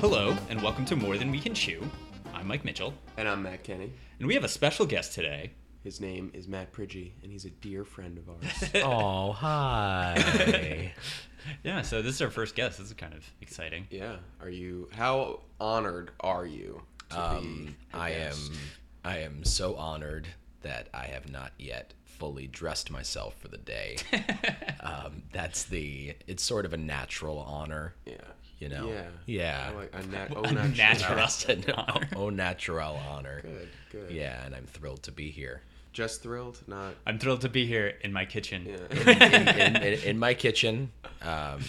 Hello, and welcome to More Than We Can Chew. I'm Mike Mitchell, And I'm Matt Kenny. and we have a special guest today. His name is Matt Pridgy, and he's a dear friend of ours. Oh, hi. Yeah, so this is our first guest. This is kind of exciting. yeah. Are you? How honored are you? To be um, our I am guest? I am so honored that I have not yet fully dressed myself for the day. um, that's the it's sort of a natural honor, Yeah. you know. Yeah. Yeah. I like a nat- oh, A natural. natural. Oh, natural honor. Good. Good. Yeah, and I'm thrilled to be here. Just thrilled. Not. I'm thrilled to be here in my kitchen. Yeah. In, in, in, in my kitchen, um,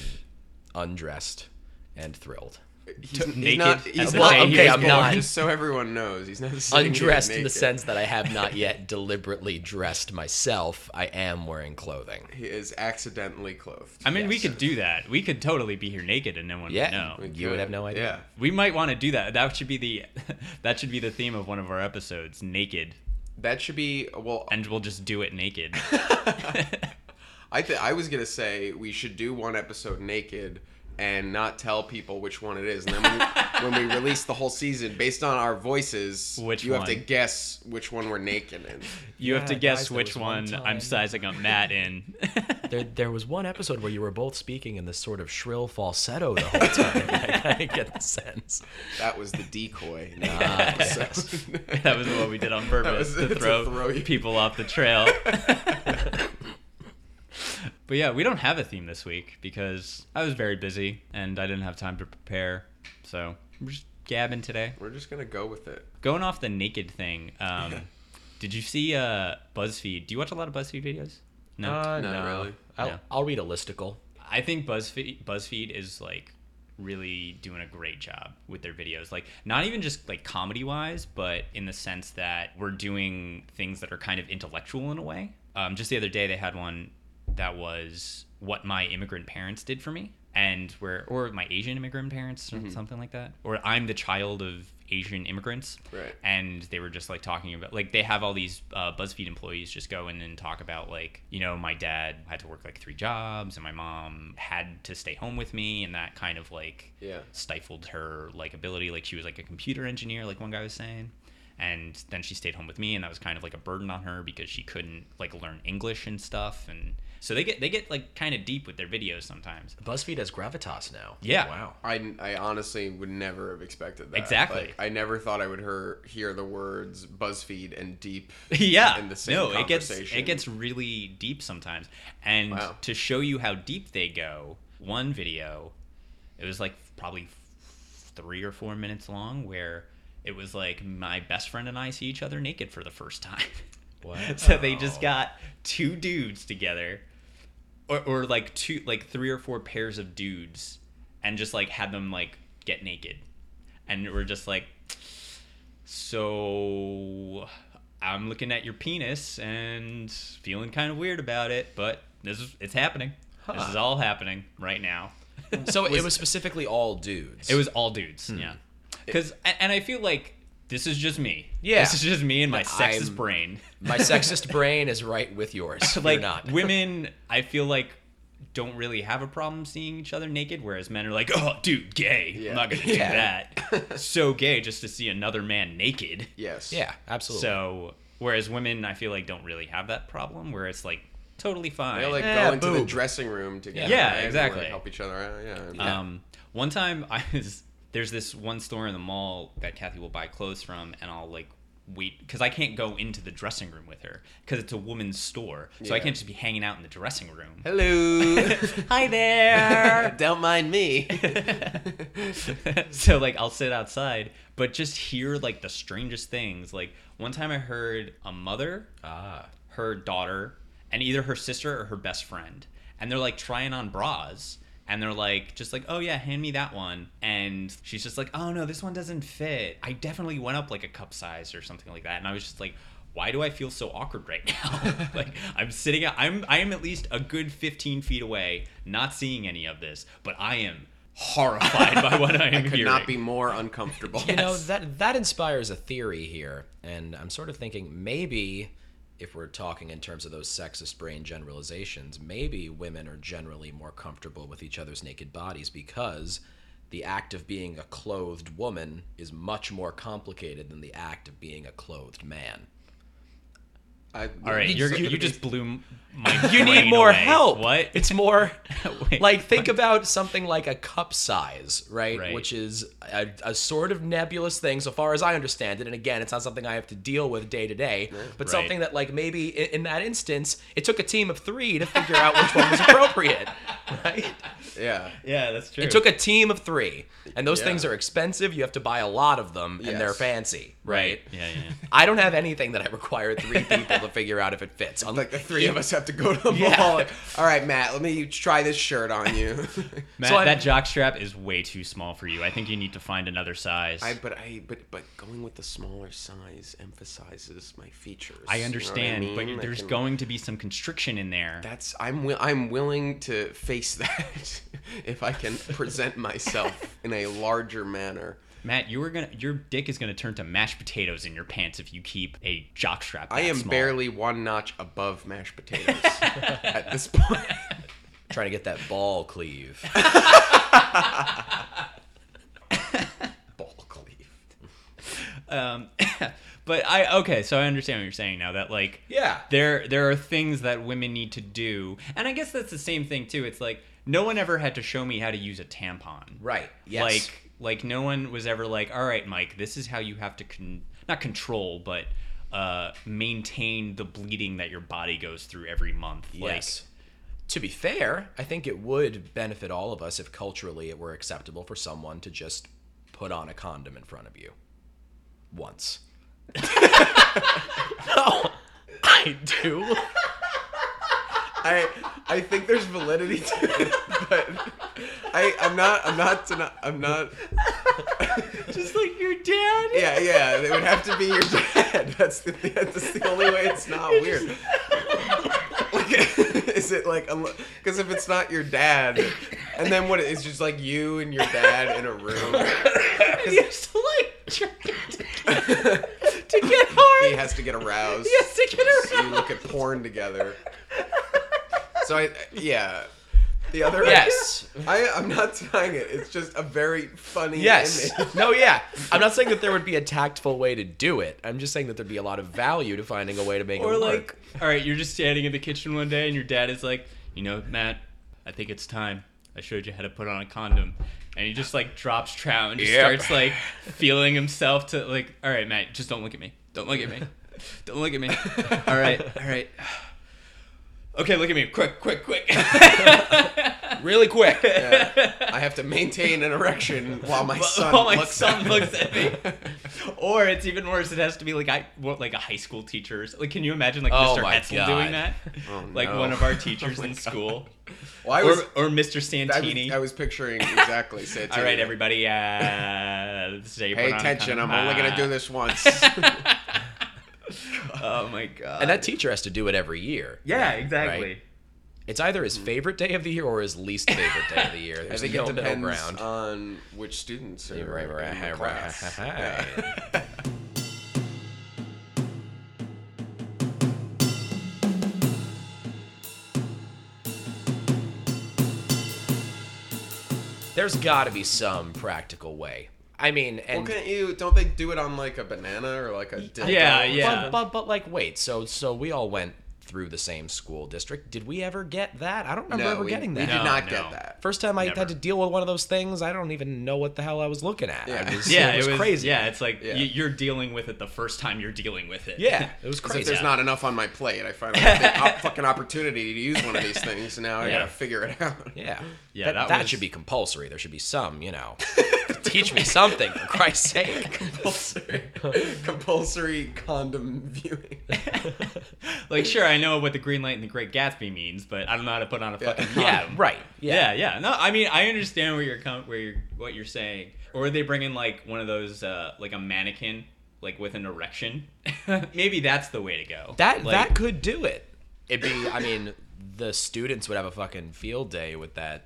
undressed and thrilled. He's, naked he's not. as He's the not. day he okay, was I'm born. not. Just so everyone knows, he's not sitting here undressed in the naked. sense that I have not yet deliberately dressed myself. I am wearing clothing. he is accidentally clothed. I mean, we could do that. We could totally be here naked and no one Yeah. would know. you would have no idea. Yeah. We might want to do that. That should be the that should be the theme of one of our episodes, naked. That should be well. And we'll just do it naked. I th- I was gonna say we should do one episode naked and not tell people which one it is, and then when, when we release the whole season, based on our voices, Which you have to one? guess which one we're naked in. You have Yeah, to guess guys, there which was one one, I'm time- sizing up Matt in. There, there was one episode where you were both speaking in this sort of shrill falsetto the whole time. Like, I get the sense. That was the decoy. in that episode. that was what we did on purpose was- to to throw, throw you. people off the trail. but yeah, we don't have a theme this week because I was very busy and I didn't have time to prepare. So we're just gabbing today. we're just gonna go with it. Going off the naked thing. Um, did you see uh, BuzzFeed? Do you watch a lot of BuzzFeed videos? Uh, No. Not really. I'll, No. I'll read a listicle. I think BuzzFeed BuzzFeed is like really doing a great job with their videos. Like not even just like comedy wise, but in the sense that we're doing things that are kind of intellectual in a way. Um, just the other day they had one that was what my immigrant parents did for me and where or my Asian immigrant parents or something like that. Or I'm the child of Asian immigrants. Right. And they were just like talking about like they have all these uh, BuzzFeed employees just go in and talk about like you know my dad had to work like three jobs and my mom had to stay home with me and that kind of like Yeah. stifled her like ability like she was like a computer engineer like one guy was saying and then she stayed home with me and that was kind of like a burden on her because she couldn't like learn English and stuff and so they get they get like kind of deep with their videos sometimes. BuzzFeed has gravitas now. Yeah. Wow. I, I honestly would never have expected that. Exactly. Like, I never thought I would hear hear the words BuzzFeed and deep. yeah In the same no it gets it conversation. gets really deep sometimes and Wow. to show you how deep they go one video it was like probably f- three or four minutes long where it was like my best friend and i see each other naked for the first time so they just Wow. got two dudes together or, or like two like three or four pairs of dudes and just like had them like get naked and we're just like so i'm looking at your penis and feeling kind of weird about it but this is it's happening this is all happening right now So it was specifically all dudes. it was all dudes Hmm. yeah because and i feel like this is just me Yeah. this is just me and my sexist I'm- brain my sexist brain is right with yours. like You're not. women i feel like don't really have a problem seeing each other naked whereas men are like oh dude gay i'm Yeah. not gonna Yeah. do that so gay just to see another man naked Yes. yeah, absolutely. so whereas women i feel like don't really have that problem where it's like totally fine They like Yeah, go into the boob. dressing room together. Yeah, right? And, like, exactly. help each other out. Yeah. Um, one time I was there's this one store in the mall that Kathy will buy clothes from, and I'll like wait because I can't go into the dressing room with her because it's a woman's store, so I Yeah. can't just be hanging out in the dressing room. Hello. Hi there. Don't mind me. so like I'll sit outside, but just hear like the strangest things. Like one time I heard a mother, ah. her daughter, and either her sister or her best friend, and they're like trying on bras. And they're like, just like, oh yeah, hand me that one. And she's just like, oh no, this one doesn't fit. I definitely went up like a cup size or something like that. And I was just like, why do I feel so awkward right now? like I'm sitting, I'm I am at least a good 15 feet away, not seeing any of this, but I am horrified by what I am Could hearing. not be more uncomfortable. You know Yes. that that inspires a theory here, and I'm sort of thinking maybe if we're talking in terms of those sexist brain generalizations, maybe women are generally more comfortable with each other's naked bodies because the act of being a clothed woman is much more complicated than the act of being a clothed man. I, All right, you're, you just blew my. You need brain more away. help. What? It's more Wait, like think about something like a cup size, right? Right. Which is a, a sort of nebulous thing, so far as I understand it. And again, it's not something I have to deal with day to day, but Right. something that, like, maybe i- in that instance, it took a team of three to figure out which one was appropriate, right? yeah. Yeah, that's true. It took a team of three, and those Yeah. things are expensive. You have to buy a lot of them, Yes. and they're fancy, right? Yeah, yeah. yeah. I don't have anything that I require three people to figure out if it fits. I'm Like the three of us have to go to the Yeah. mall. Like, All right, Matt, let me try this shirt on you. Matt, So I'm- that jockstrap is way too small for you. I think you need to find another size. I but I but but going with the smaller size emphasizes my features. I you know what understand, mean? I but there's can- going to be some constriction in there. That's I'm wi- I'm willing to face that if I can present myself in a larger manner. Matt, you were gonna your dick is gonna turn to mashed potatoes in your pants if you keep a jockstrap. I that am small. barely one notch above mashed potatoes at this point. trying to get that ball cleave. Ball cleave. Um, but I okay, so I understand what you're saying now. That like Yeah. there there are things that women need to do, and I guess that's the same thing too. It's like no one ever had to show me how to use a tampon. Right. Yes. Like like no one was ever like, all right, Mike, this is how you have to con- not control, but uh, maintain the bleeding that your body goes through every month. yes. to be fair, I think it would benefit all of us if culturally it were acceptable for someone to just put on a condom in front of you once. no, I do. I I think there's validity to it, but I I'm not I'm not deni- I'm not Like, just like your dad. yeah yeah it would have to be your dad. That's the that's the only way it's not weird. Like, is it like because if it's not your dad, and then what it's just like you and your dad in a room. He has to like jerk it to get, to get hard. He has to get aroused. He has to get You around. look at porn together. So I yeah. The other Yes. I, I'm not denying it. It's just a very funny Yes. image. No, yeah. I'm not saying that there would be a tactful way to do it. I'm just saying that there'd be a lot of value to finding a way to make Or it like, work. all right, you're just standing in the kitchen one day, and your dad is like, you know, Matt, I think it's time. I showed you how to put on a condom, and he just like drops trout and just Yep. starts like feeling himself to like, all right, Matt, just don't look at me. Don't look at me. Don't look at me. All right, all right. Okay, look at me, quick, quick, quick. really quick. Yeah. I have to maintain an erection while my son while my looks son at looks at me. or it's even worse. It has to be like I, what, like a high school teacher's. Like, can you imagine like Oh Mr. my Hetzel God. doing that? like Oh, no. one of our teachers Oh my in God. school, Well, I or, was, or Mr. I, was- Santini. I was picturing exactly Santini. All right, everybody. Uh, this is how you Pay put on a attention. I'm condom. only going Ah. to do this once. Oh my god. And that teacher has to do it every year. yeah, exactly. Right. It's either his favorite day of the year or his least favorite day of the year. Hmm. I There's think no it middle depends ground. on which students are Right, right, in the right, class. right. Yeah. There's got to be some practical way. I mean, Well, and couldn't you? Don't they do it on like a banana or like a? dildo Yeah, or yeah. something? but, but but like wait, so so we all went through the same school district. Did we ever get that? I don't remember No, ever we, getting we that. did No, not no. get that. First time I Never. had to deal with one of those things, I don't even know what the hell I was looking at. I Yeah. was- Yeah, it was, crazy. Yeah, it's like Yeah. y- you're dealing with it the first time you're dealing with it. Yeah, it was Because if crazy. there's not enough on my plate, I find like, a big fucking opportunity to use one of these things, and now I Yeah. gotta figure it out. Yeah. Yeah, That, that that, was- should be compulsory. There should be some, you know. teach me something, for Christ's sake. compulsory, compulsory condom viewing. Like, sure, I know what the green light and the Great Gatsby means, but I don't know how to put on a fucking condom. Yeah, right. Yeah. Yeah. yeah, No, I mean, I understand where you're com- where you're what you're saying. Or they bring in like one of those uh like a mannequin like with an erection. Maybe that's the way to go. That like, that could do it. It'd be I mean, the students would have a fucking field day with that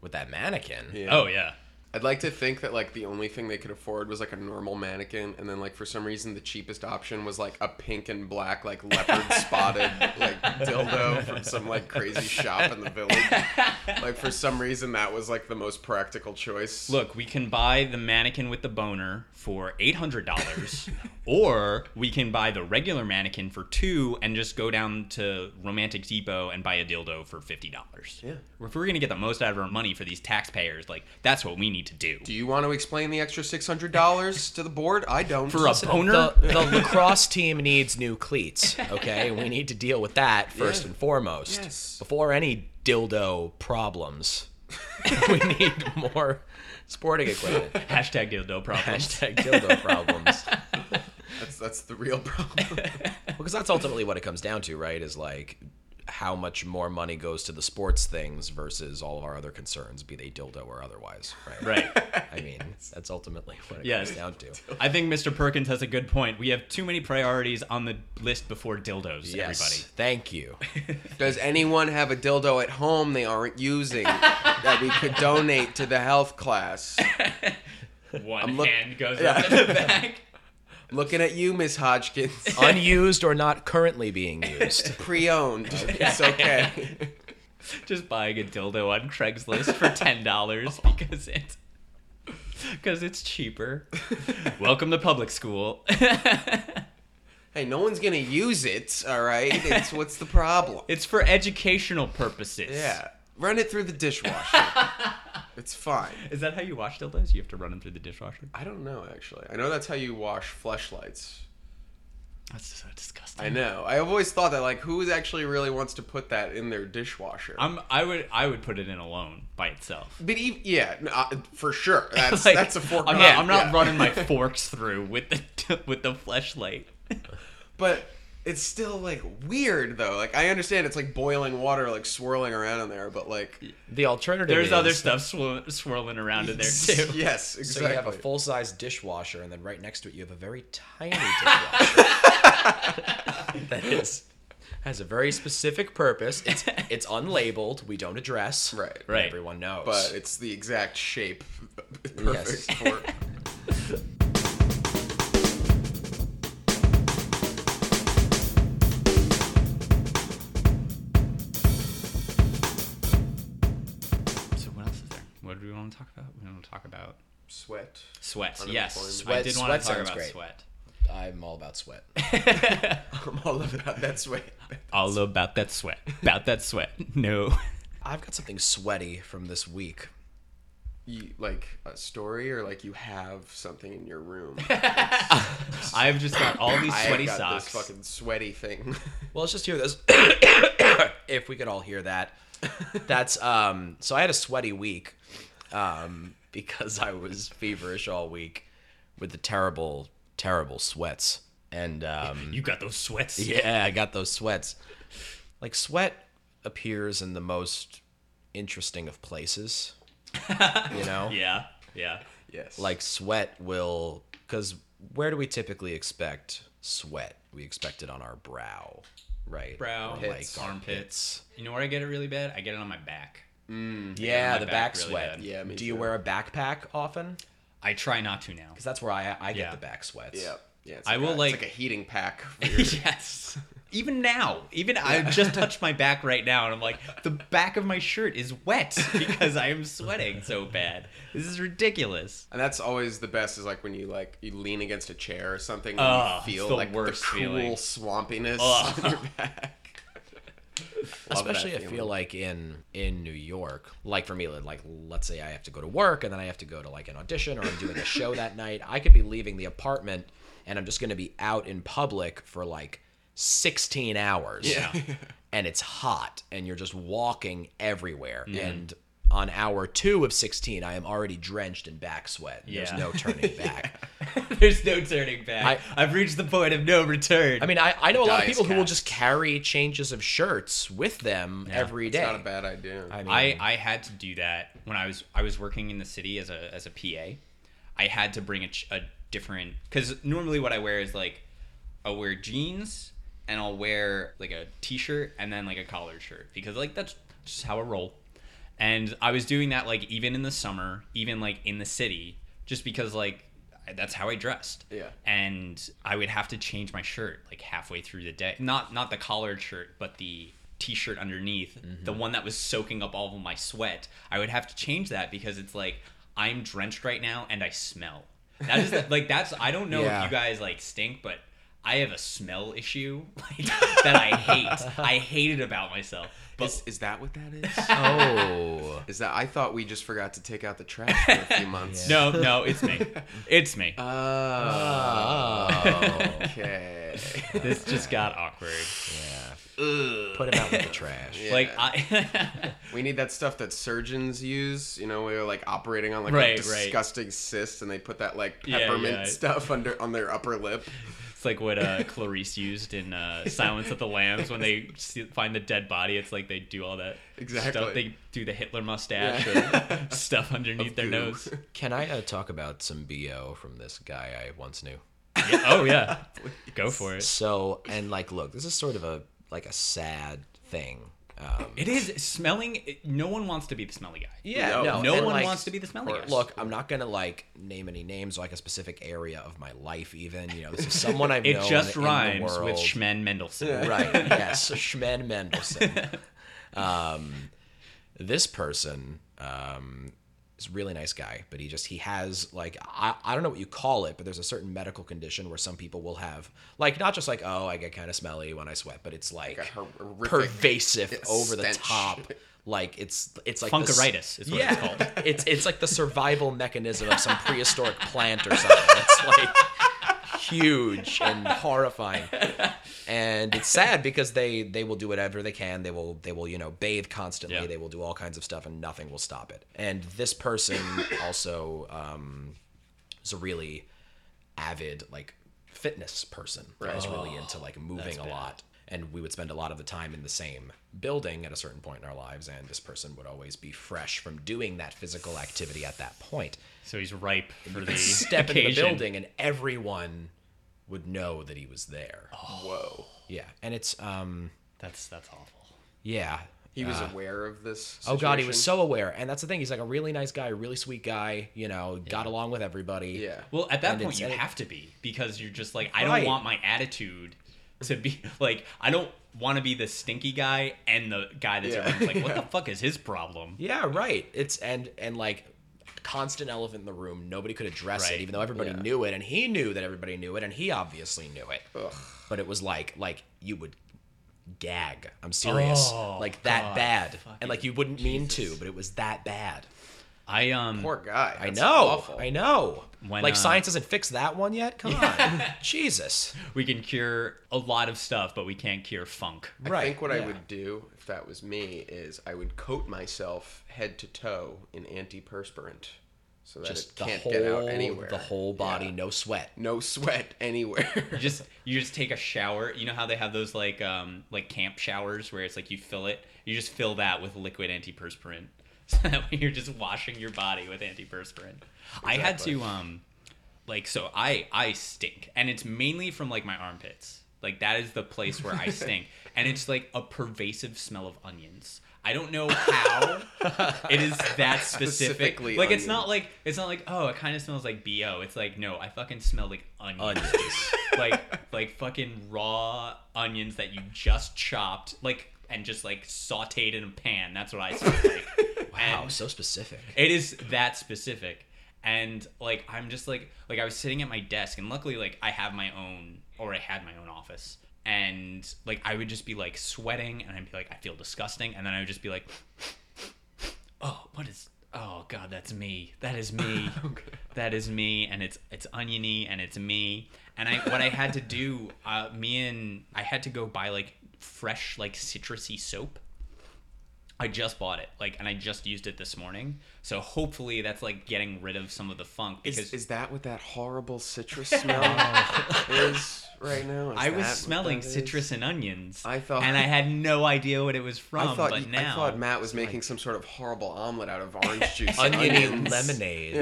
with that mannequin. Yeah. Oh yeah. I'd like to think that like the only thing they could afford was like a normal mannequin, and then like for some reason the cheapest option was like a pink and black like leopard spotted like dildo from some like crazy shop in the village. Like for some reason that was like the most practical choice. Look, we can buy the mannequin with the boner for eight hundred dollars, or we can buy the regular mannequin for two and just go down to Romantic Depot and buy a dildo for fifty dollars. Yeah. If we're gonna get the most out of our money for these taxpayers, like that's what we need to do. Do you want to explain the extra six hundred dollars to the board? I don't. For a boner? The, the lacrosse team needs new cleats. Okay, we need to deal with that first Yeah. and foremost. Yes. Before any dildo problems, we need more sporting equipment. Hashtag dildo problems. Hashtag dildo problems. that's that's the real problem. Because that's ultimately what it comes down to, right? Is like how much more money goes to the sports things versus all of our other concerns, be they dildo or otherwise, right? right. I mean, that's ultimately what it Yes. comes down to. I think Mr. Perkins has a good point. We have too many priorities on the list before dildos, Yes. everybody. Thank you. Does anyone have a dildo at home they aren't using that we could donate to the health class? One look- hand goes up to the back. Looking at you, Miss Hodgkins. Unused or not currently being used. Pre-owned. It's okay. Just buying a dildo on Craigslist for ten dollars because it's because it's cheaper. Welcome to public school. Hey, no one's gonna use it. All right. It's what's the problem? it's for educational purposes. Yeah. Run it through the dishwasher. It's fine. Is that how you wash dildos? You have to run them through the dishwasher. I don't know actually. I know that's how you wash fleshlights. That's so disgusting. I know. I've always thought that like who actually really wants to put that in their dishwasher? I'm. I would. I would put it in alone by itself. but even, yeah, no, I- for sure. That's Like, that's a fork. I'm on not, it, I'm not yeah. running my forks through with the with the fleshlight. But it's still like weird though. Like I understand it's like boiling water, like swirling around in there, but like The alternative There's is other stuff swir- swirling around in there too. yes, So exactly. you have a full size dishwasher, and then right next to it, you have a very tiny dishwasher that is has a very specific purpose. It's it's unlabeled. We don't address. Right. Right. Everyone knows. but it's the exact shape, perfect for. So what else is there? What do we want to talk about? We want to talk about Sweat. sweat. Unemployment. Yes, I Sweat- did want sweat to talk sounds about great. sweat. I'm all about sweat. I'm all about that sweat. All about that sweat. About that sweat. No. I've got something sweaty from this week. You, like a story, or like you have something in your room. I've just got all these I sweaty got socks. This fucking sweaty thing. Well, let's just hear this. if we could all hear that. That's um so I had a sweaty week um because I was feverish all week with the terrible terrible sweats and um You got those sweats. yeah, I got those sweats. Like sweat appears in the most interesting of places. You know? Yeah. Yeah. yes. Like sweat will cuz where do we typically expect sweat? We expect it on our brow, right? Brow, Or, hits, armpits. You know where I get it really bad? I get it on my back. Yeah, Mm-hmm. my the back back, really sweat. bad. Yeah, me Do you too. wear a backpack often? I try not to now. Because that's where I I get Yeah. the back sweats. yeah, yeah. It's I will, a, like- it's like a heating pack. for your- yes. Even now, even I just touched my back right now, and I'm like, the back of my shirt is wet because I am sweating so bad. This is ridiculous. And that's always the best is like when you like you lean against a chair or something and Ugh, you it's feel the like worst the cool feeling. swampiness Ugh. on your back. Love that Especially I feeling. feel like in in New York, like for me, like let's say I have to go to work and then I have to go to like an audition or I'm doing a show that night. I could be leaving the apartment and I'm just gonna be out in public for like 16 hours. Yeah. and it's hot and you're just walking everywhere and on hour two of 16 i am already drenched in back sweat there's Yeah. no turning back There's no turning back. I, have reached the point of no return. i mean i, I know a lot of Dice people who will cast. just carry changes of shirts with them every It's day not a bad idea. I mean, I, I had to do that when I was I was working in the city as a as a PA. I had to bring a, ch- a different because normally what I wear is like I'll wear jeans and I'll wear like a t shirt and then like a collared shirt because like that's just how I roll. And I was doing that like even in the summer, even like in the city, just because like I- that's how I dressed. Yeah. And I would have to change my shirt like halfway through the day. Not not the collared shirt, but the t-shirt underneath, the one that was soaking up all of my sweat. I would have to change that because it's like I'm drenched right now and I smell. That is like that's I don't know Yeah. if you guys like stink, but I have a smell issue like, that I hate. I hate it about myself. But Is, is that what that is? Oh. Is that I thought we just forgot to take out the trash for a few months. No, no, it's me. It's me. Uh, Ah. Oh. Okay. this just got awkward. Yeah. Put him out with the trash. Yeah. Like I We need that stuff that surgeons use. You know, we were like operating on like a Right, right. disgusting cyst, and they put that like Yeah, peppermint yeah. stuff under on their upper lip. it's like what uh, Clarice used in uh, Silence of the Lambs when they see, find the dead body. It's like they do all that Exactly. stuff. They do the Hitler mustache Yeah. or stuff underneath their goo. nose. Can I uh, talk about some BO from this guy I once knew? Yeah, Oh yeah, go for it. So, and like, look, this is sort of a like a sad thing. Um, It is smelling. No one wants to be the smelly guy. yeah, No. no, No and, one like, wants to be the smelly guy. Look, I'm not gonna like name any names, like a specific area of my life. Even you know, this is someone I've it known just in the rhymes with world. Schman Mendelssohn. right? Yes, Schman Mendelson. Um, this person um, is a really nice guy, but he just he has like I, I don't know what you call it, but there's a certain medical condition where some people will have like not just like oh I get kind of smelly when I sweat, but it's like Like a horrific pervasive, over the stench. top. Like it's it's like the s- Funkeritis is what yeah, it's called. it's it's like the survival mechanism of some prehistoric plant or something. It's like huge and horrifying. And it's sad because they they will do whatever they can. They will they will you know bathe constantly. Yeah. They will do all kinds of stuff, and nothing will stop it. And this person also um, is a really avid like fitness person. I was really into like moving a lot. And we would spend a lot of the time in the same building at a certain point in our lives, and this person would always be fresh from doing that physical activity at that point. So he's ripe for the Step occasion. in the building, and everyone would know that he was there. Oh. Whoa. Yeah, and it's um, That's that's awful. yeah. He was aware of this. Ah. Oh god, he situation? was so aware, and that's the thing. He's like a really nice guy, really sweet guy. You know, got along with everybody. Yeah. Well, at that And point, it's- you and it- have to be because you're just like, I Right. don't want my attitude to be like, I don't want to be the stinky guy and the guy that's Yeah. everyone's like, what the fuck is his problem? Yeah, right. It's and and like constant elephant in the room. Nobody could address it, Right. even though everybody Yeah. knew it, and he knew that everybody knew it, and he obviously knew it. Ugh. But it was like like you would gag. I'm serious. Oh, like that God. bad, Fucking and like you wouldn't mean to, but it was that bad. I um, Poor guy. I That's know. awful. I know. When, like uh, science hasn't fixed that one yet. Come on, Jesus. we can cure a lot of stuff, but we can't cure funk. right. I think what yeah. I would do if that was me is I would coat myself head to toe in antiperspirant so that just it the can't whole get out anywhere. the whole body, no sweat. No sweat anywhere. You just you just take a shower. You know how they have those like um like camp showers where it's like you fill it. You just fill that with liquid antiperspirant. So that way you're just washing your body with antiperspirant. I had to um like so I I stink and it's mainly from like my armpits. Like that is the place where I stink and it's like a pervasive smell of onions. I don't know how it is that specific. Specifically like it's not onions. like it's not like oh it kind of smells like bo. It's like no I fucking smell like onions Onions. like like fucking raw onions that you just chopped like and just like sautéed in a pan. That's what I smell like. Wow, And so specific. it is that specific. And like I'm just like like I was sitting at my desk and luckily like I have my own or I had my own office. And like I would just be like sweating and I'd be like I feel disgusting and then I would just be like oh what is oh god that's me that is me that is me and it's it's oniony and it's me and i what i had to do uh, me and i had to go buy like fresh like citrusy soap i just bought it like and i just used it this morning so hopefully that's like getting rid of some of the funk because Is, is that what that horrible citrus smell is right now? Is I was that what smelling that is? citrus and onions, I thought- and I had no idea what it was from. I thought, but you- now, I thought Matt was making some sort of horrible omelet out of orange juice. and Oniony onions. lemonade.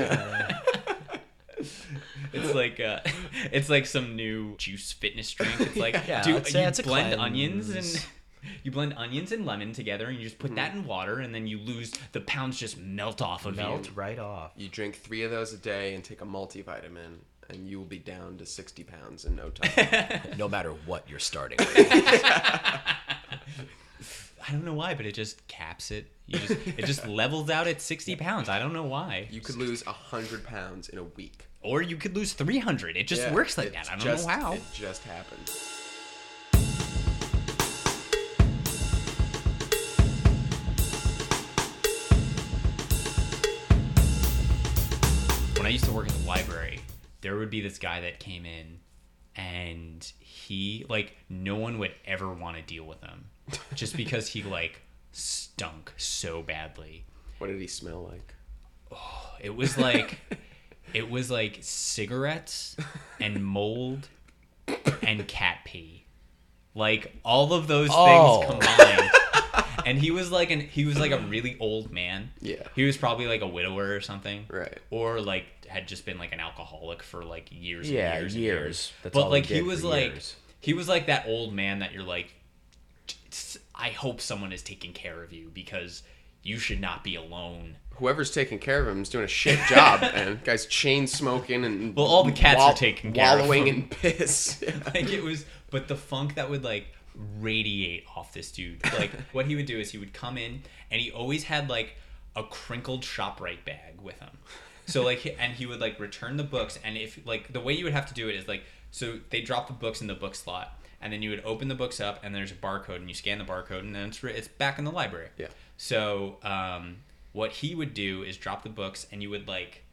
It's like uh, it's like some new juice fitness drink. It's like, Yeah, do it's you a- it's a blend cleanse. onions and You blend onions and lemon together, and you just put Mm-hmm. that in water, and then you lose the pounds just melt off of you. Melt uh, right off. You drink three of those a day and take a multivitamin, and you will be down to 60 pounds in no time. No matter what you're starting with. I don't know why, but it just caps it. You just it just levels out at sixty pounds. I don't know why. you could lose 100 pounds in a week. Or you could lose three hundred. It just Yeah, works like it that. I don't just- know how. It just happened. when I used to work at the library, there would be this guy that came in and he like no one would ever want to deal with him just because he like stunk so badly. What did he smell like? It was like it was like cigarettes and mold and cat pee. Like all of those Oh. things combined. and he was like an he was like a really old man. Yeah. He was probably like a widower or something. Right. Or like had just been like an alcoholic for like years and Yeah, years. and years. years. That's but all he like he, did was for like years. he was like that old man that you're like I hope someone is taking care of you because you should not be alone. Whoever's taking care of him is doing a shit job, man. Guy's chain smoking and Well, all the cats are taken care of. wallowing in piss. Yeah. like it was but the funk that would like radiate off this dude like what he would do is he would come in and he always had like a crinkled shoprite bag with him so like he- and he would like return the books and if like the way you would have to do it is like so they drop the books in the book slot and then you would open the books up and there's a barcode and you scan the barcode and then it's, re- it's back in the library Yeah. so um, what he would do is drop the books and you would like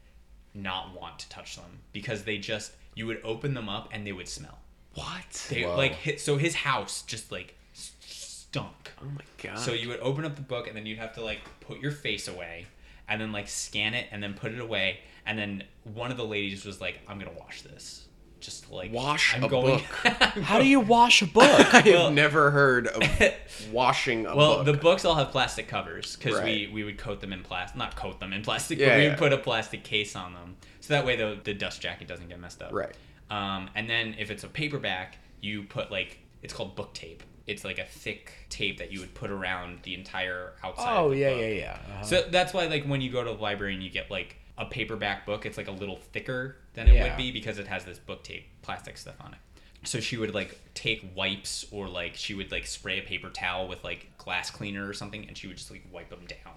not want to touch them because they just you would open them up and they would smell What? they Wow. like hit, so his house just like s- stunk. Oh my god. So you would open up the book and then you'd have to like put your face away and then like scan it and then put it away and then one of the ladies was like, "I'm gonna wash this." Just to, like Wash I'm a going, book. How do you wash a book? I have never heard of washing a Well, book. the books all have plastic covers because we, Right. we would coat them in plastic, not coat them in plastic, Yeah, but we yeah. would put a plastic case on them so that way the the dust jacket doesn't get messed up. Right. Um, and then if it's a paperback, you put like it's called book tape. It's like a thick tape that you would put around the entire outside. of oh the yeah, book. yeah, yeah. Uh-huh. So that's why like when you go to the library and you get like a paperback book, it's like a little thicker than it Yeah. would be because it has this book tape plastic stuff on it. So she would like take wipes or like she would like spray a paper towel with like glass cleaner or something and she would just like wipe them down.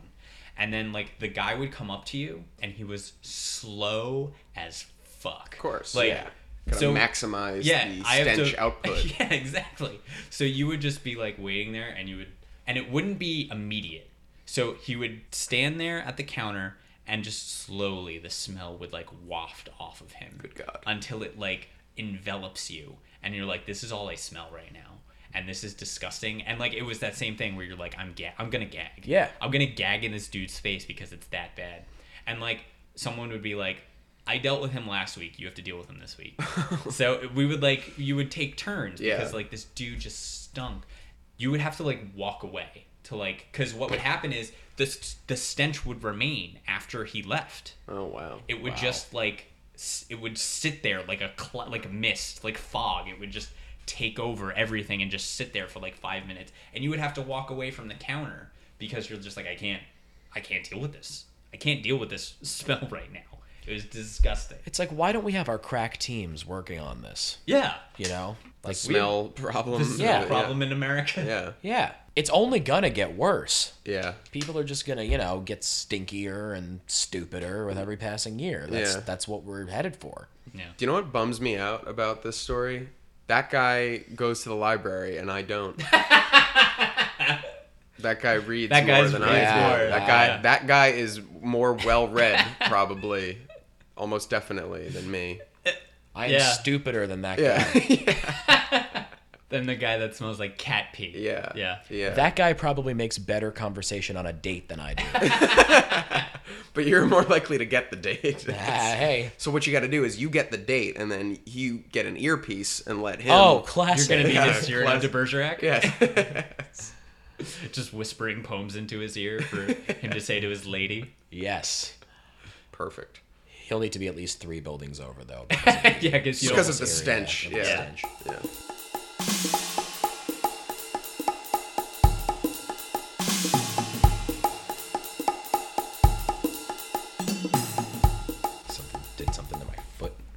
And then like the guy would come up to you and he was slow as fuck. Of course, Like yeah. Gotta maximize the stench output. yeah, exactly. So you would just be like waiting there and you would and it wouldn't be immediate. So he would stand there at the counter and just slowly the smell would like waft off of him. Good God. Until it like envelops you and you're like, This is all I smell right now. And this is disgusting. And like it was that same thing where you're like, I'm ga- I'm gonna gag. Yeah. I'm gonna gag in this dude's face because it's that bad. And like someone would be like, I dealt with him last week. You have to deal with him this week. so we would like you would take turns Yeah. because like this dude just stunk. You would have to like walk away to like because what would happen is this the stench would remain after he left. oh wow. It would Wow. just like s- it would sit there like a cl- like a mist, like fog. It would just take over everything and just sit there for like 5 minutes and you would have to walk away from the counter because you're just like I can't I can't deal with this. I can't deal with this smell right now. It was disgusting. It's like why don't we have our crack teams working on this? Yeah. You know, like we- smell problem. smell yeah. problem in America. Yeah. yeah, it's only gonna get worse. Yeah. People are just gonna, you know, get stinkier and stupider with every passing year. That's Yeah. that's what we're headed for. Yeah. Do you know what bums me out about this story? That guy goes to the library and I don't. that guy reads That more guy's than reads I do. more, That yeah. guy Yeah. that guy is more well read probably almost definitely than me. I am Yeah. stupider than that guy. Yeah. Then the guy that smells like cat pee. yeah. Yeah. Yeah. That guy probably makes better conversation on a date than I do. but you're more likely to get the date. Ah, hey. so what you got to do is you get the date and then you get an earpiece and let him Oh, You're classic. gonna be Yeah, Monsieur class- de Bergerac, Yeah. just whispering poems into his ear for him to say to his lady. Yes. Perfect. He'll need to be at least three buildings over, though. because of the yeah, because you Just don't- because of the area, stench. of the yeah. stench. Yeah.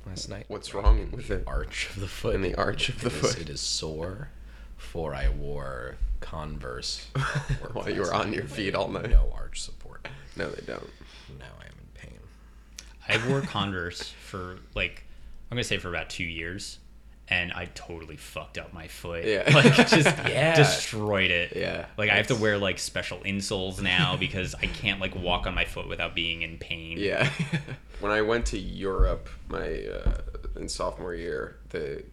last night. What's wrong with it? Arch of the foot. In the arch of the It is- foot. It is sore, for I wore Converse work While you were last on your night. feet all night. No arch support. No, they don't. Now I am in pain. I wore Converse for like I'm gonna say for about two years, and I totally fucked up my foot. Yeah. like just Yeah. destroyed it. Yeah. like I have to wear like special insoles now because I can't like walk on my foot without being in pain. Yeah. when I went to Europe, my uh, in sophomore year, the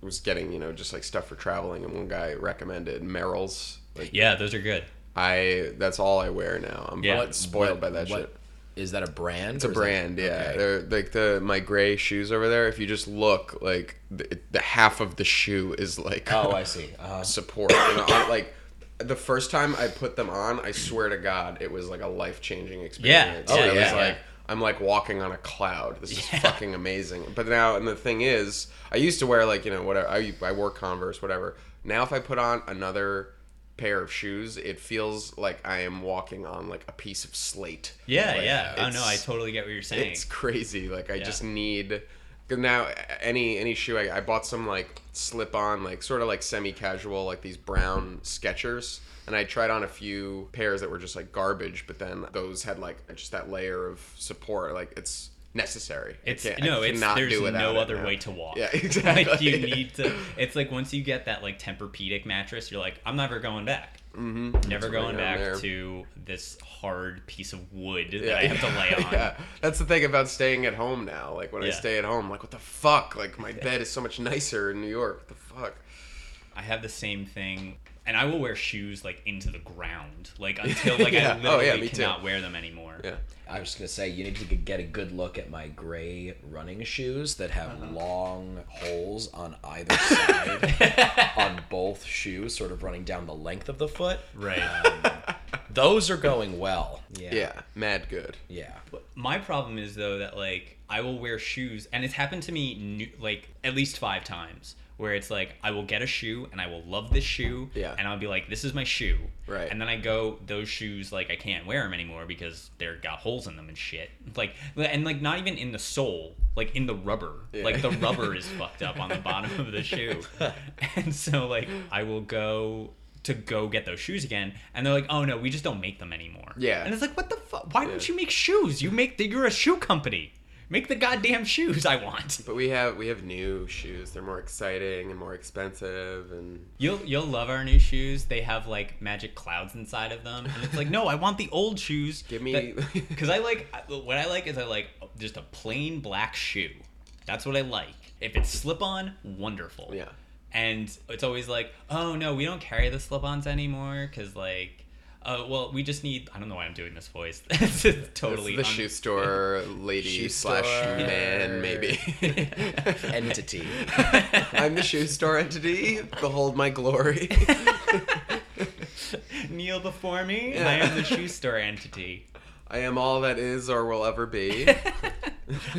was getting you know just like stuff for traveling, and one guy recommended Merrell's. Like yeah, those are good. I, that's all I wear now. I'm Yeah. yeah. spoiled What- by that what- shit. Is that a brand? It's a brand, yeah. They're like the my gray shoes over there. If you just look, like the, the half of the shoe is like Oh, I see. Uh, support. And on, like the first time I put them on, I swear to God, it was like a life changing experience. Oh, I yeah. was like, I'm like walking on a cloud. This is fucking amazing. But now, and the thing is, I used to wear like you know whatever. I I wore Converse, whatever. Now, if I put on another pair of shoes, it feels like I am walking on like a piece of slate. Yeah, Like, yeah. Oh no, it's- I totally get what you're saying. it's crazy. Like I just need 'cause now any any shoe I, I bought some like slip on like sort of like semi casual like these brown Skechers and I tried on a few pairs that were just like garbage but then those had like just that layer of support like it's necessary. I It's can't- I no, it's cannot there's do without no it other now. way to walk. Yeah, exactly. like you need to. It's like once you get that like Tempur-Pedic mattress, you're like, I'm never going back. Mm-hmm. Never right going down back there. to this hard piece of wood that Yeah. I have to lay on. Yeah. That's the thing about staying at home now. Like when I Yeah. stay at home, like what the fuck? Like my bed is so much nicer in New York. What the fuck? I have the same thing, and I will wear shoes like into the ground, like until like Yeah. I Oh, literally yeah, me too. cannot wear them anymore. Yeah. I was gonna say you need to get a good look at my gray running shoes that have long holes on either side, on both shoes, sort of running down the length of the foot. Right. Those are going well. Yeah. Mad good. Yeah. My problem is though that like I will wear shoes, and it's happened to me nu- like at least five times where it's like I will get a shoe and I will love this shoe, Yeah. and I'll be like, this is my shoe, Right. And then I go those shoes like I can't wear them anymore because they're got holes in them and shit, like and like not even in the sole, like in the rubber, Yeah. like the rubber is fucked up on the bottom of the shoe, and so like I will go. To go get those shoes again, and they're like, "Oh no, we just don't make them anymore." Yeah. and it's like, "What the fuck? Why don't you make shoes? You make the you're a shoe company. Make the goddamn shoes I want." But we have we have new shoes. They're more exciting and more expensive and You'll you'll love our new shoes. They have like magic clouds inside of them, and it's like, no, I want the old shoes. Give me- because I like what I like is I like just a plain black shoe. That's what I like. If it's slip on, wonderful. Yeah. And it's always like, oh no, we don't carry the slip ons anymore because like, uh, well, we just need. I don't know why I'm doing this voice. it's just it's totally the un- shoe store lady Shoe slash store. man maybe. Entity. I'm the shoe store entity. Behold my glory. kneel before me. I am the shoe store entity. I am all that is or will ever be.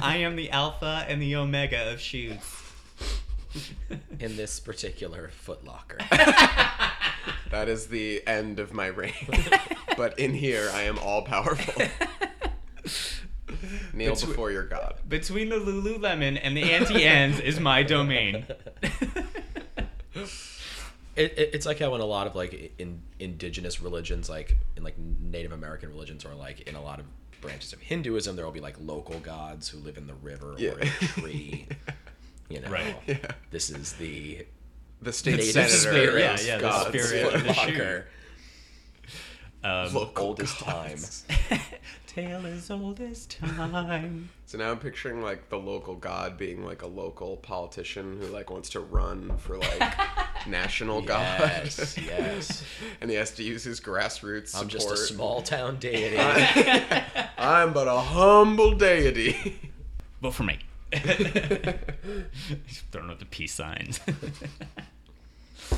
I am the alpha and the omega of shoes. In this particular footlocker. That is the end of my reign. but in here, I am all powerful. Kneel Betwe- before your God. Between the Lululemon and the Auntie Anne's is my domain. It, it, it's like how in a lot of like in indigenous religions, like in like Native American religions, or like in a lot of branches of Hinduism, there will be like local gods who live in the river Yeah. or in a tree. You know, Right. Yeah. this is the The state native senator. spirit. Yeah, is yeah, the God's spirit of the shoe. footlocker. Um, local Oldest gods. time. tale as old as time. So now I'm picturing like the local god being like a local politician who like wants to run for like national Yes, god, yes. and he has to use his grassroots support. I'm just a small town deity. I'm but a humble deity. Vote for me. Just throwing up the peace signs.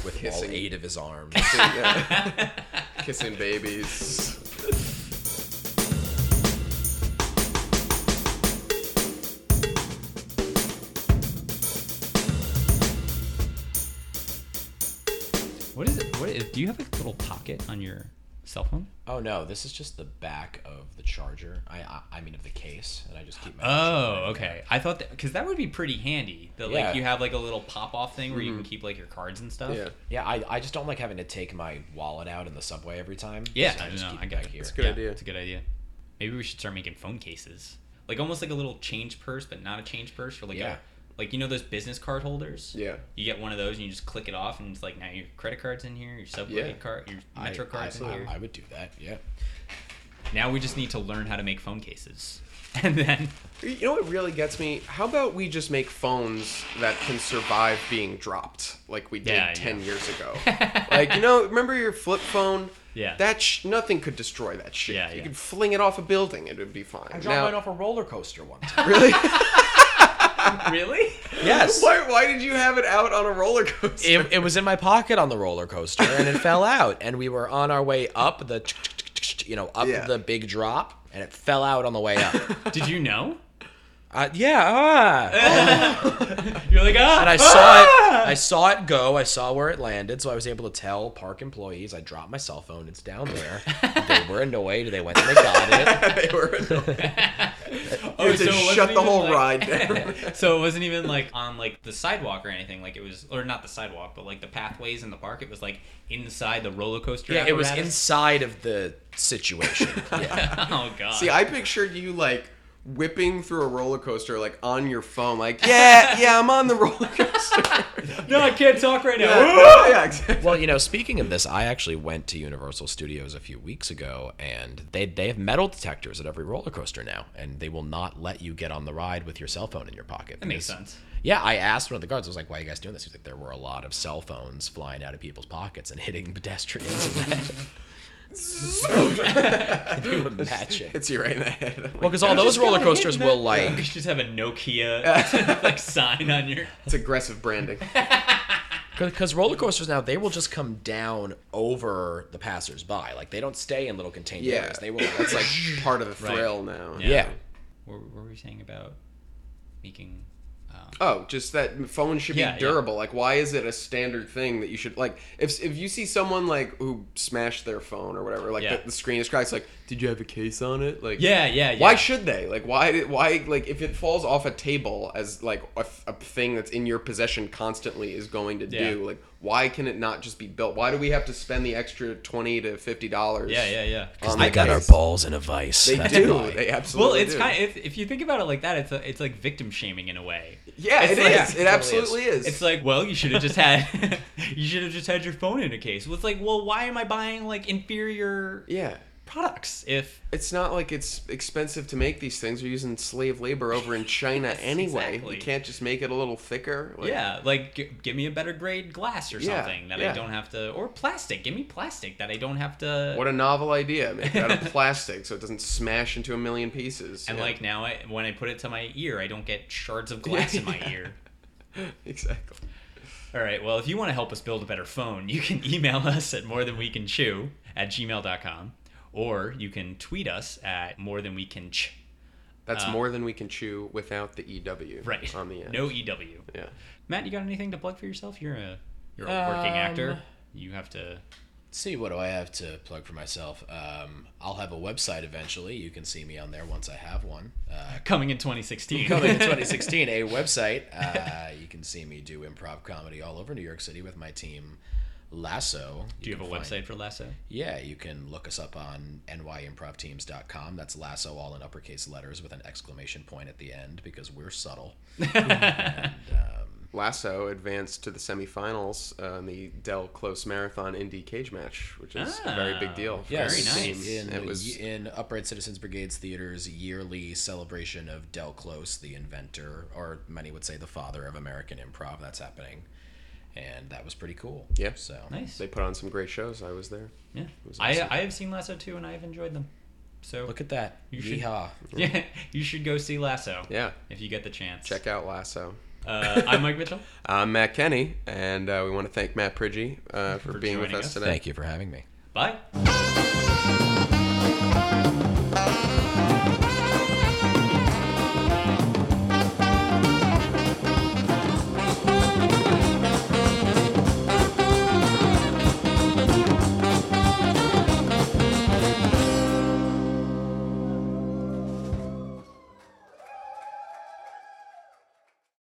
with Kissing. all eight of his arms. Yeah. Kissing babies. what is it? What is, do you have a little pocket on your cell phone? Oh no, this is just the back of the charger. I I, I mean of the case, and I just keep my. Oh, okay. I thought that because that would be pretty handy. That Yeah. like you have like a little pop off thing where you can keep like your cards and stuff. Yeah. Yeah, I, I just don't like having to take my wallet out in the subway every time. Yeah, so I I just know, keep I it get back it. here. It's good Yeah, idea. It's a good idea. Maybe we should start making phone cases, like almost like a little change purse, but not a change purse, or like Yeah. a like you know those business card holders. Yeah. You get one of those and you just click it off, and it's like now your credit card's in here, your subway Yeah. card, your I- metro card's I, in I, here. I would do that. Yeah. now we just need to learn how to make phone cases, and then You know what really gets me? How about we just make phones that can survive being dropped like we did Yeah, 10 yeah. years ago? like, you know, remember your flip phone? Yeah. That sh- nothing could destroy that shit. Yeah, You yeah. could fling it off a building and it would be fine. I dropped Now- mine off a roller coaster one time. Really? really? yes. why, why did you have it out on a roller coaster? It, it was in my pocket on the roller coaster and it fell out and we were on our way up the you know up Yeah. the big drop and it fell out on the way up. Did you know? uh, yeah. Ah. You're like ah, And I saw it. I saw it go. I saw where it landed, so I was able to tell park employees. I dropped my cell phone. It's down there. they were annoyed. They went and they got it. they were. Oh, to so it wasn't shut the even, whole like- ride down. So it wasn't even like on like the sidewalk or anything. Like it was, or not the sidewalk, but like the pathways in the park. It was like inside the roller coaster. Yeah, it was apparatus. inside of the situation. Yeah. oh god. See, I pictured you like whipping through a roller coaster, like on your phone, like, yeah, yeah, I'm on the roller coaster. no, I can't talk right now. yeah, exactly. Well, you know, speaking of this, I actually went to Universal Studios a few weeks ago, and they they have metal detectors at every roller coaster now, and they will not let you get on the ride with your cell phone in your pocket. that makes because- sense. Yeah, I asked one of the guards. I was like, "Why are you guys doing this?" He's like, "There were a lot of cell phones flying out of people's pockets and hitting pedestrians." Can you imagine? Hits you right in the head. Well, because all those Just gotta roller hit coasters that- will like You should just have a Nokia like sign on your. It's aggressive branding. because roller coasters now they will just come down over the passersby. Like they don't stay in little contained Yeah, areas. They will. That's like part of the Right. thrill now. Yeah. yeah. What what were we saying about making? Um, Oh, just that phone should Yeah, yeah. be durable. Like, why is it a standard thing that you should like? If if you see someone like who smashed their phone or whatever, like Yeah. the, the screen is cracked, it's like, did you have a case on it? Like, yeah, yeah, yeah. Why should they? Like, why? did- Why? Like, if it falls off a table as like a, f- a thing that's in your possession constantly is going to Yeah. do, like, why can it not just be built? Why do we have to spend the extra twenty to fifty dollars? yeah, yeah, yeah. on Um, I the got our case? balls in a vice. They That's do. why. They absolutely. Um, Well, it's do. kind. Of, if, if you think about it like that, it's a, it's like victim shaming in a way. Yeah, It's it is. like- It Yeah, absolutely totally is. It's like, well, you should have just had, you should have just had your phone in a case. Well, it's like, well, why am I buying like inferior yeah. products if It's not like it's expensive to make these things. We're using slave labor over in China anyway. exactly. You can't just make it a little thicker. Like, yeah, like g- give me a better grade glass or Yeah, something that I yeah. don't have to, or plastic. Give me plastic that I don't have to. What a novel idea. Make it out of plastic so it doesn't smash into a million pieces. and Yeah. like now, I, when I put it to my ear, I don't get shards of glass in my Yeah. ear. Exactly. All right. Well, if you want to help us build a better phone, you can email us at more than we can chew at gmail.com or you can tweet us at more than we can ch. That's Uh, more than we can chew without the EW Right. on the end. No E EW. Yeah. Matt, you got anything to plug for yourself? You're a you're a working Um, actor. You have to. Let's see what do I have to plug for myself. Um, I'll have a website eventually. You can see me on there once I have one. Uh, Coming in 2016. coming in 2016, a website. Uh, you can see me do improv comedy all over New York City with my team, Lasso. Do you have a can find- website for Lasso? Yeah, you can look us up on nyimprovteams.com. That's Lasso, all in uppercase letters with an exclamation point at the end because we're subtle. Um, Lasso advanced to the semifinals uh, in the Dell Close Marathon Indie Cage Match, which is a very Ah, big deal. for Yes. our Very team. nice. In, It was in Upright Citizens Brigades Theater's yearly celebration of Del Close, the inventor, or many would say the father of American improv. That's happening, and that was pretty cool. Yeah. So Nice. they put on some great shows. I was there. Yeah. was I awesome. I have seen Lasso too, and I have enjoyed them. So look at that. You should- Yeehaw. yeah, you should go see Lasso. Yeah. If you get the chance. Check out Lasso. Uh, I'm Mike Mitchell. I'm Matt Kenny, and uh, we want to thank Matt Pridgy uh, for, For being with joining us us. today. Thank you for having me. Bye.